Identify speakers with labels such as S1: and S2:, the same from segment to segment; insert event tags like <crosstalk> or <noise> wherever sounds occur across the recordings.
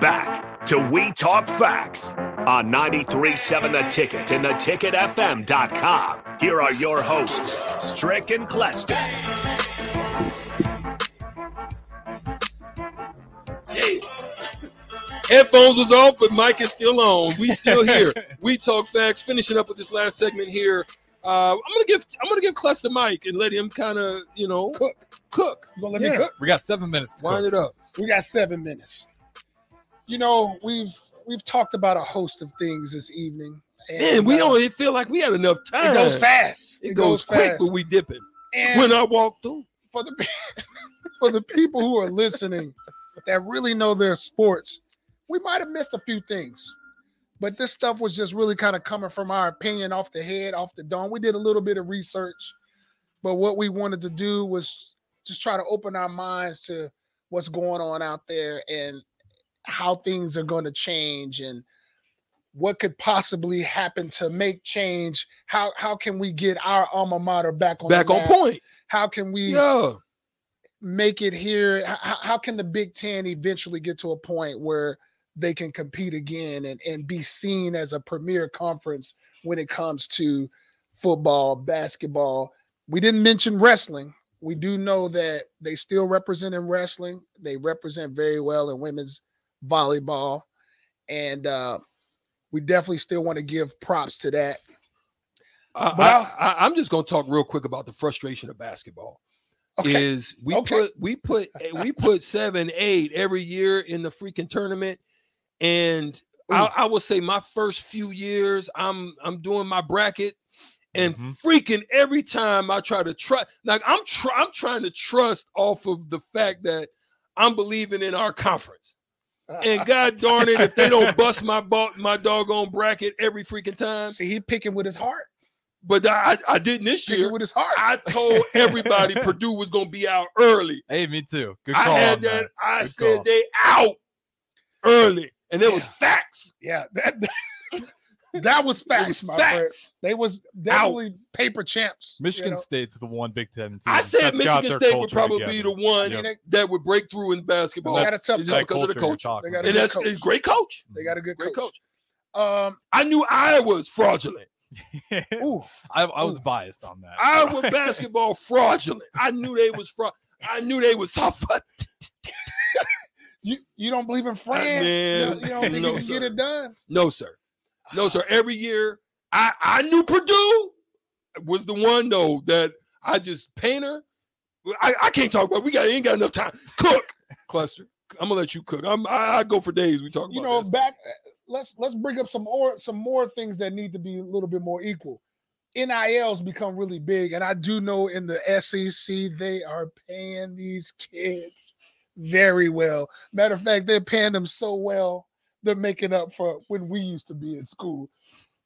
S1: Back to We Talk Facts on 93.7 The Ticket and theticketfm.com. Here are your hosts, Strick and Clester.
S2: Headphones was off, but mic is still on. We still here. we talk facts. Finishing up with this last segment here. Uh, I'm gonna give I'm gonna give Cluster Mike and let him kind of you know cook. cook.
S3: You gonna let
S2: Yeah.
S3: me cook?
S4: We got seven minutes to
S2: Wind
S4: cook.
S2: it up.
S3: We got seven minutes. You know, we've we've talked about a host of things this evening. And,
S2: Man, we
S3: uh,
S2: don't feel like we had enough time.
S3: It goes fast.
S2: It, goes, quick
S3: fast.
S2: when we dip it.
S3: And
S2: When I walk through,
S3: for the <laughs> pe- for the people who are listening that really know their sports, we might have missed a few things. But this stuff was just really kind of coming from our opinion off the head, off the dome. We did a little bit of research, but what we wanted to do was just try to open our minds to what's going on out there and how things are going to change and what could possibly happen to make change. How how can we get our alma mater back on the
S2: back on
S3: map?
S2: point.
S3: How can we
S2: Yeah,
S3: make it here? h- h- How, can the Big Ten eventually get to a point where they can compete again and, and be seen as a premier conference when it comes to football, basketball? We didn't mention wrestling. We do know that they still represent in wrestling. They represent very well in women's volleyball. And uh, we definitely still want to give props to that.
S2: I,
S3: But I'll-
S2: I, I, I'm just gonna talk real quick about the frustration of basketball.
S3: Okay.
S2: is we
S3: Okay.
S2: put we
S3: <laughs>
S2: put eh, we put seven eight every year in the freaking tournament and I,
S3: Ooh.
S2: I will say my first few years i'm i'm doing my bracket and
S4: Mhm.
S3: Mm-hmm.
S2: freaking every time i try to try like i'm try, i'm trying to trust off of the fact that i'm believing in our conference and god darn it if they don't bust my ball my doggone bracket every freaking time
S3: <laughs> See, he picking with his heart.
S2: but i i didn't this
S3: Picking
S2: year
S3: with his heart.
S2: i told everybody purdue was going to be out early
S4: Hey, me too. Good call.
S2: I had
S4: on
S2: that.
S4: that.
S2: I
S4: Good
S2: said
S4: call.
S2: they out early, and it was
S3: Yeah.
S2: facts.
S3: Yeah, <laughs> that
S2: <laughs>
S3: that was
S2: It
S3: facts,
S2: was
S3: my friend.
S2: facts.
S3: They was definitely paper champs. you
S4: Michigan
S3: know?
S4: State's the one Big Ten team.
S2: I said
S4: that's got
S2: Michigan
S4: their
S2: State would
S4: culture
S2: probably
S4: together.
S2: be the one
S3: I mean, they,
S2: that would break through in
S4: And
S2: basketball.
S3: They had a
S4: that's-
S3: tough
S4: it's
S3: coach.
S4: that
S2: Because of the
S4: you're
S2: culture.
S4: talking
S3: They got a
S4: about.
S2: and
S3: good
S2: that's
S3: coach.
S2: it's great coach.
S3: they got a good
S2: Great
S3: coach.
S2: coach.
S3: Um,
S2: I knew Iowa's fraudulent. <laughs>
S3: ooh,
S4: <laughs> I, I was
S3: Ooh.
S4: biased on that. <laughs>
S2: Iowa basketball fraudulent. I knew they was fraud. I knew they was <laughs> soft.
S3: you you don't believe in Fran?
S2: man.
S3: You, don't- you don't think
S2: No,
S3: you can get
S2: sir.
S3: it done?
S2: No, sir. No, sir. Every year, I I knew Purdue was the one though that I just Painter. I, I can't talk about. We got ain't got enough time. Cook
S3: <laughs>
S2: cluster. I'm gonna let you cook. I'm I, I go for days. We talk about
S3: You know,
S2: this.
S3: back. uh, Let's let's bring up some more some more things that need to be a little bit more equal. NILs become really big, and I do know in the SEC they are paying these kids very well. Matter of fact, they're paying them so well they're making up for when we used to be in school.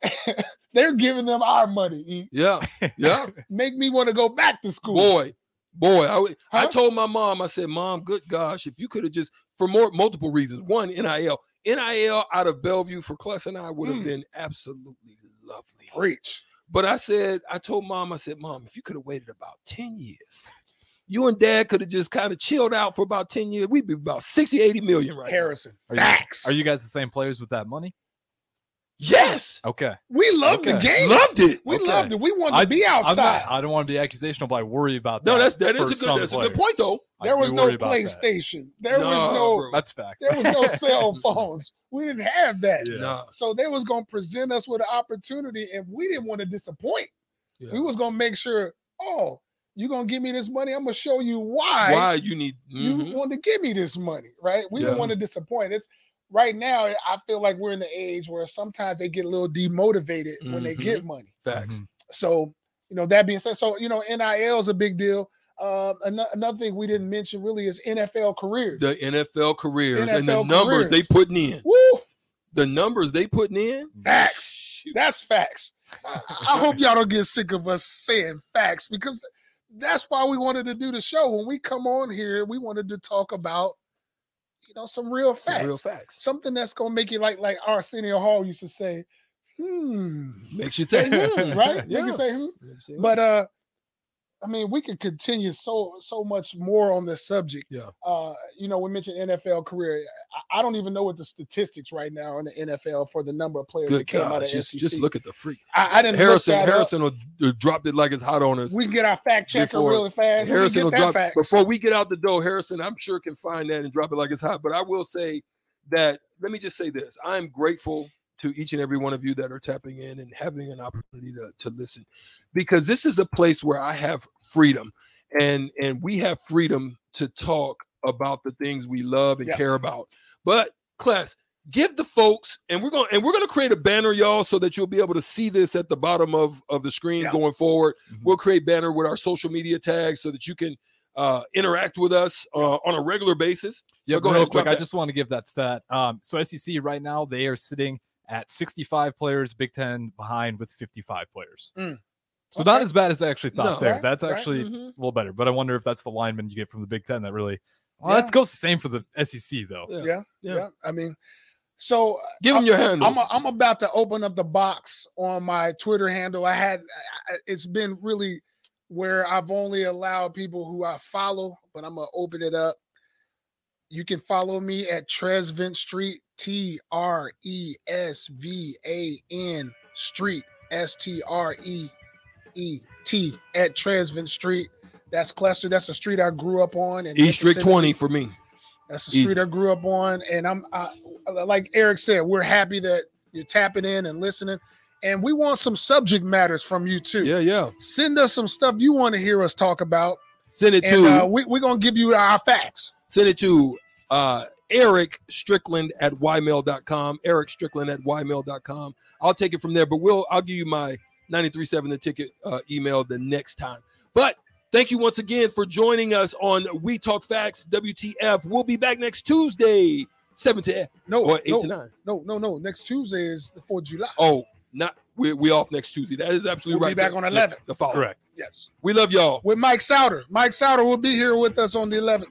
S3: <laughs> they're giving them our money. E.
S2: Yeah,
S3: <laughs>
S2: yeah.
S3: Make me want to go back to school.
S2: boy, boy. I w- I
S3: Huh?
S2: told my mom. I said, Mom, good gosh, if you could have just for more multiple reasons. One, nil, nil out of Bellevue for Cluster and I would have
S3: Mm.
S2: been absolutely lovely.
S3: Preach.
S2: But I said, I told mom, I said, Mom, if you could have waited about 10 years, you and dad could have just kind of chilled out for about 10 years. We'd be about 60, 80 million right now.
S3: Harrison.
S4: Are you-
S3: Facts.
S4: Are you guys the same players with that money?
S2: Yes.
S4: Okay.
S3: we love the
S4: Okay.
S3: game.
S2: Loved it.
S3: we
S4: Okay.
S3: loved it. We want to
S4: I-
S3: be
S4: I'm
S3: outside.
S4: not, I don't want to be accusational, but I worry about that.
S2: No, that's that is
S4: for
S2: a
S4: some
S2: good that's a good
S4: players.
S2: point though.
S4: I
S3: There
S4: do
S3: was no
S4: worry about that.
S3: PlayStation. There was
S2: Nah,
S3: no
S2: bro.
S4: That's facts. <laughs>
S3: there was no
S2: <laughs>
S3: cell phones. We didn't have that.
S4: Yeah.
S2: Nah.
S3: So they was gonna present us with an opportunity, and we didn't want to disappoint.
S2: Yeah.
S3: We was gonna make sure, oh, you gonna give me this money? I'm gonna show you why,
S2: Why you need
S3: you
S2: mhm.
S3: want to give me this money, right? We
S2: Yeah.
S3: didn't want to disappoint. It's right now. I feel like we're in the age where sometimes they get a little demotivated when
S2: Mm-hmm.
S3: they get money.
S2: facts.
S4: Mhm.
S3: So, you know, that being said, so you know, NIL is a big deal. Um, ano- another thing we didn't mention really is NFL
S4: Mm-hmm.
S3: careers.
S2: The NFL careers and the
S3: NFL
S2: numbers they
S3: careers.
S2: putting in.
S3: Woo!
S2: The numbers they putting in.
S3: Facts. That's facts. I, I hope y'all don't get sick of us saying facts because that's why we wanted to do the show. When we come on here, we wanted to talk about, you know, some real
S2: Some
S3: facts.
S2: real facts.
S3: Something that's gonna make you like like Arsenio Hall used to say, hmm.
S2: Makes you think.
S3: Right? Make
S2: <laughs> Yeah.
S3: you say, hmm.
S2: You know what I'm saying?
S3: But uh I mean, we could continue so so much more on this subject.
S2: Yeah.
S3: Uh, you know, we mentioned NFL career. I, I don't even know what the statistics right now are in the NFL for the number of players that
S2: Good
S3: came out
S2: God,
S3: of
S2: just,
S3: SEC.
S2: just look at the freak.
S3: I, I didn't.
S2: Harrison
S3: look that up.
S2: Harrison will, will dropped it like it's hot on us.
S3: We can get our fact checker
S2: Before-
S3: really fast.
S2: Harrison
S3: we
S2: will
S3: can get that
S2: drop
S3: fact.
S2: before we get out the door. Harrison, I'm sure can find that and drop it like it's hot. But I will say that let me just say this: I am grateful to each and every one of you that are tapping in and having an opportunity to, to listen, because this is a place where I have freedom, and and we have freedom to talk about the things we love and
S3: Yeah.
S2: care about. But class, give the folks and we're going to and we're going to create a banner y'all so that you'll be able to see this at the bottom of of the screen
S3: Yeah.
S2: going forward
S4: Mhm.
S2: we'll create banner with our social media tags so that you can uh interact with us uh, on a regular basis
S4: Yeah,
S2: But go
S4: real
S2: ahead,
S4: quick.
S2: drop
S4: I
S2: that.
S4: just want to give that stat. Um, so SEC right now they are sitting at 65 players, Big Ten behind with 55 players.
S3: Mm.
S4: So
S3: Okay.
S4: not as bad as I actually
S2: No.
S4: thought there.
S3: Right,
S4: That's
S3: right.
S4: actually
S2: Mhm.
S4: a little better. But I wonder if that's the lineman you get from the Big Ten that really. Well,
S3: Yeah.
S4: that goes the same for the SEC though.
S2: Yeah.
S3: yeah, yeah.
S2: Yeah.
S3: I mean, so
S2: give them your hand
S3: I'm a, I'm about to open up the box on my Twitter handle. I had I- I- it's been really where I've only allowed people who I follow, but I'm gonna open it up. You can follow me at Tresvent Street, T R E S V A N Street, S T R E E T at Tresvent Street. That's Cluster. That's a street I grew up on. in
S2: east street
S3: Memphis,
S2: 20
S3: Tennessee.
S2: E for me
S3: That's the
S2: Easy.
S3: street I grew up on, and I'm I, like Eric said, we're happy that you're tapping in and listening, and we want some subject matters from you too.
S2: yeah yeah
S3: Send us some stuff you want to hear us talk about,
S2: send it
S3: and
S2: to
S3: uh, we, we're gonna give you our facts.
S2: send it to uh, Eric Strickland at ymail.com. Eric Strickland at ymail.com. I'll take it from there, but we'll I'll give you my 937 the ticket uh, email the next time. But thank you once again for joining us on We Talk Facts WTF. We'll be back next Tuesday, 7 to Oh, 8
S3: No,
S2: or 8
S3: no,
S2: to 9.
S3: no, no, no. Next Tuesday is the Fourth of July.
S2: Oh, not we we off next Tuesday. That is absolutely
S3: We'll be
S2: right.
S3: back
S2: The-
S3: on 11.
S2: The, the following.
S4: Correct.
S3: yes,
S2: We love y'all.
S3: with Mike Souter. Mike Souter will be here with us on the 11th.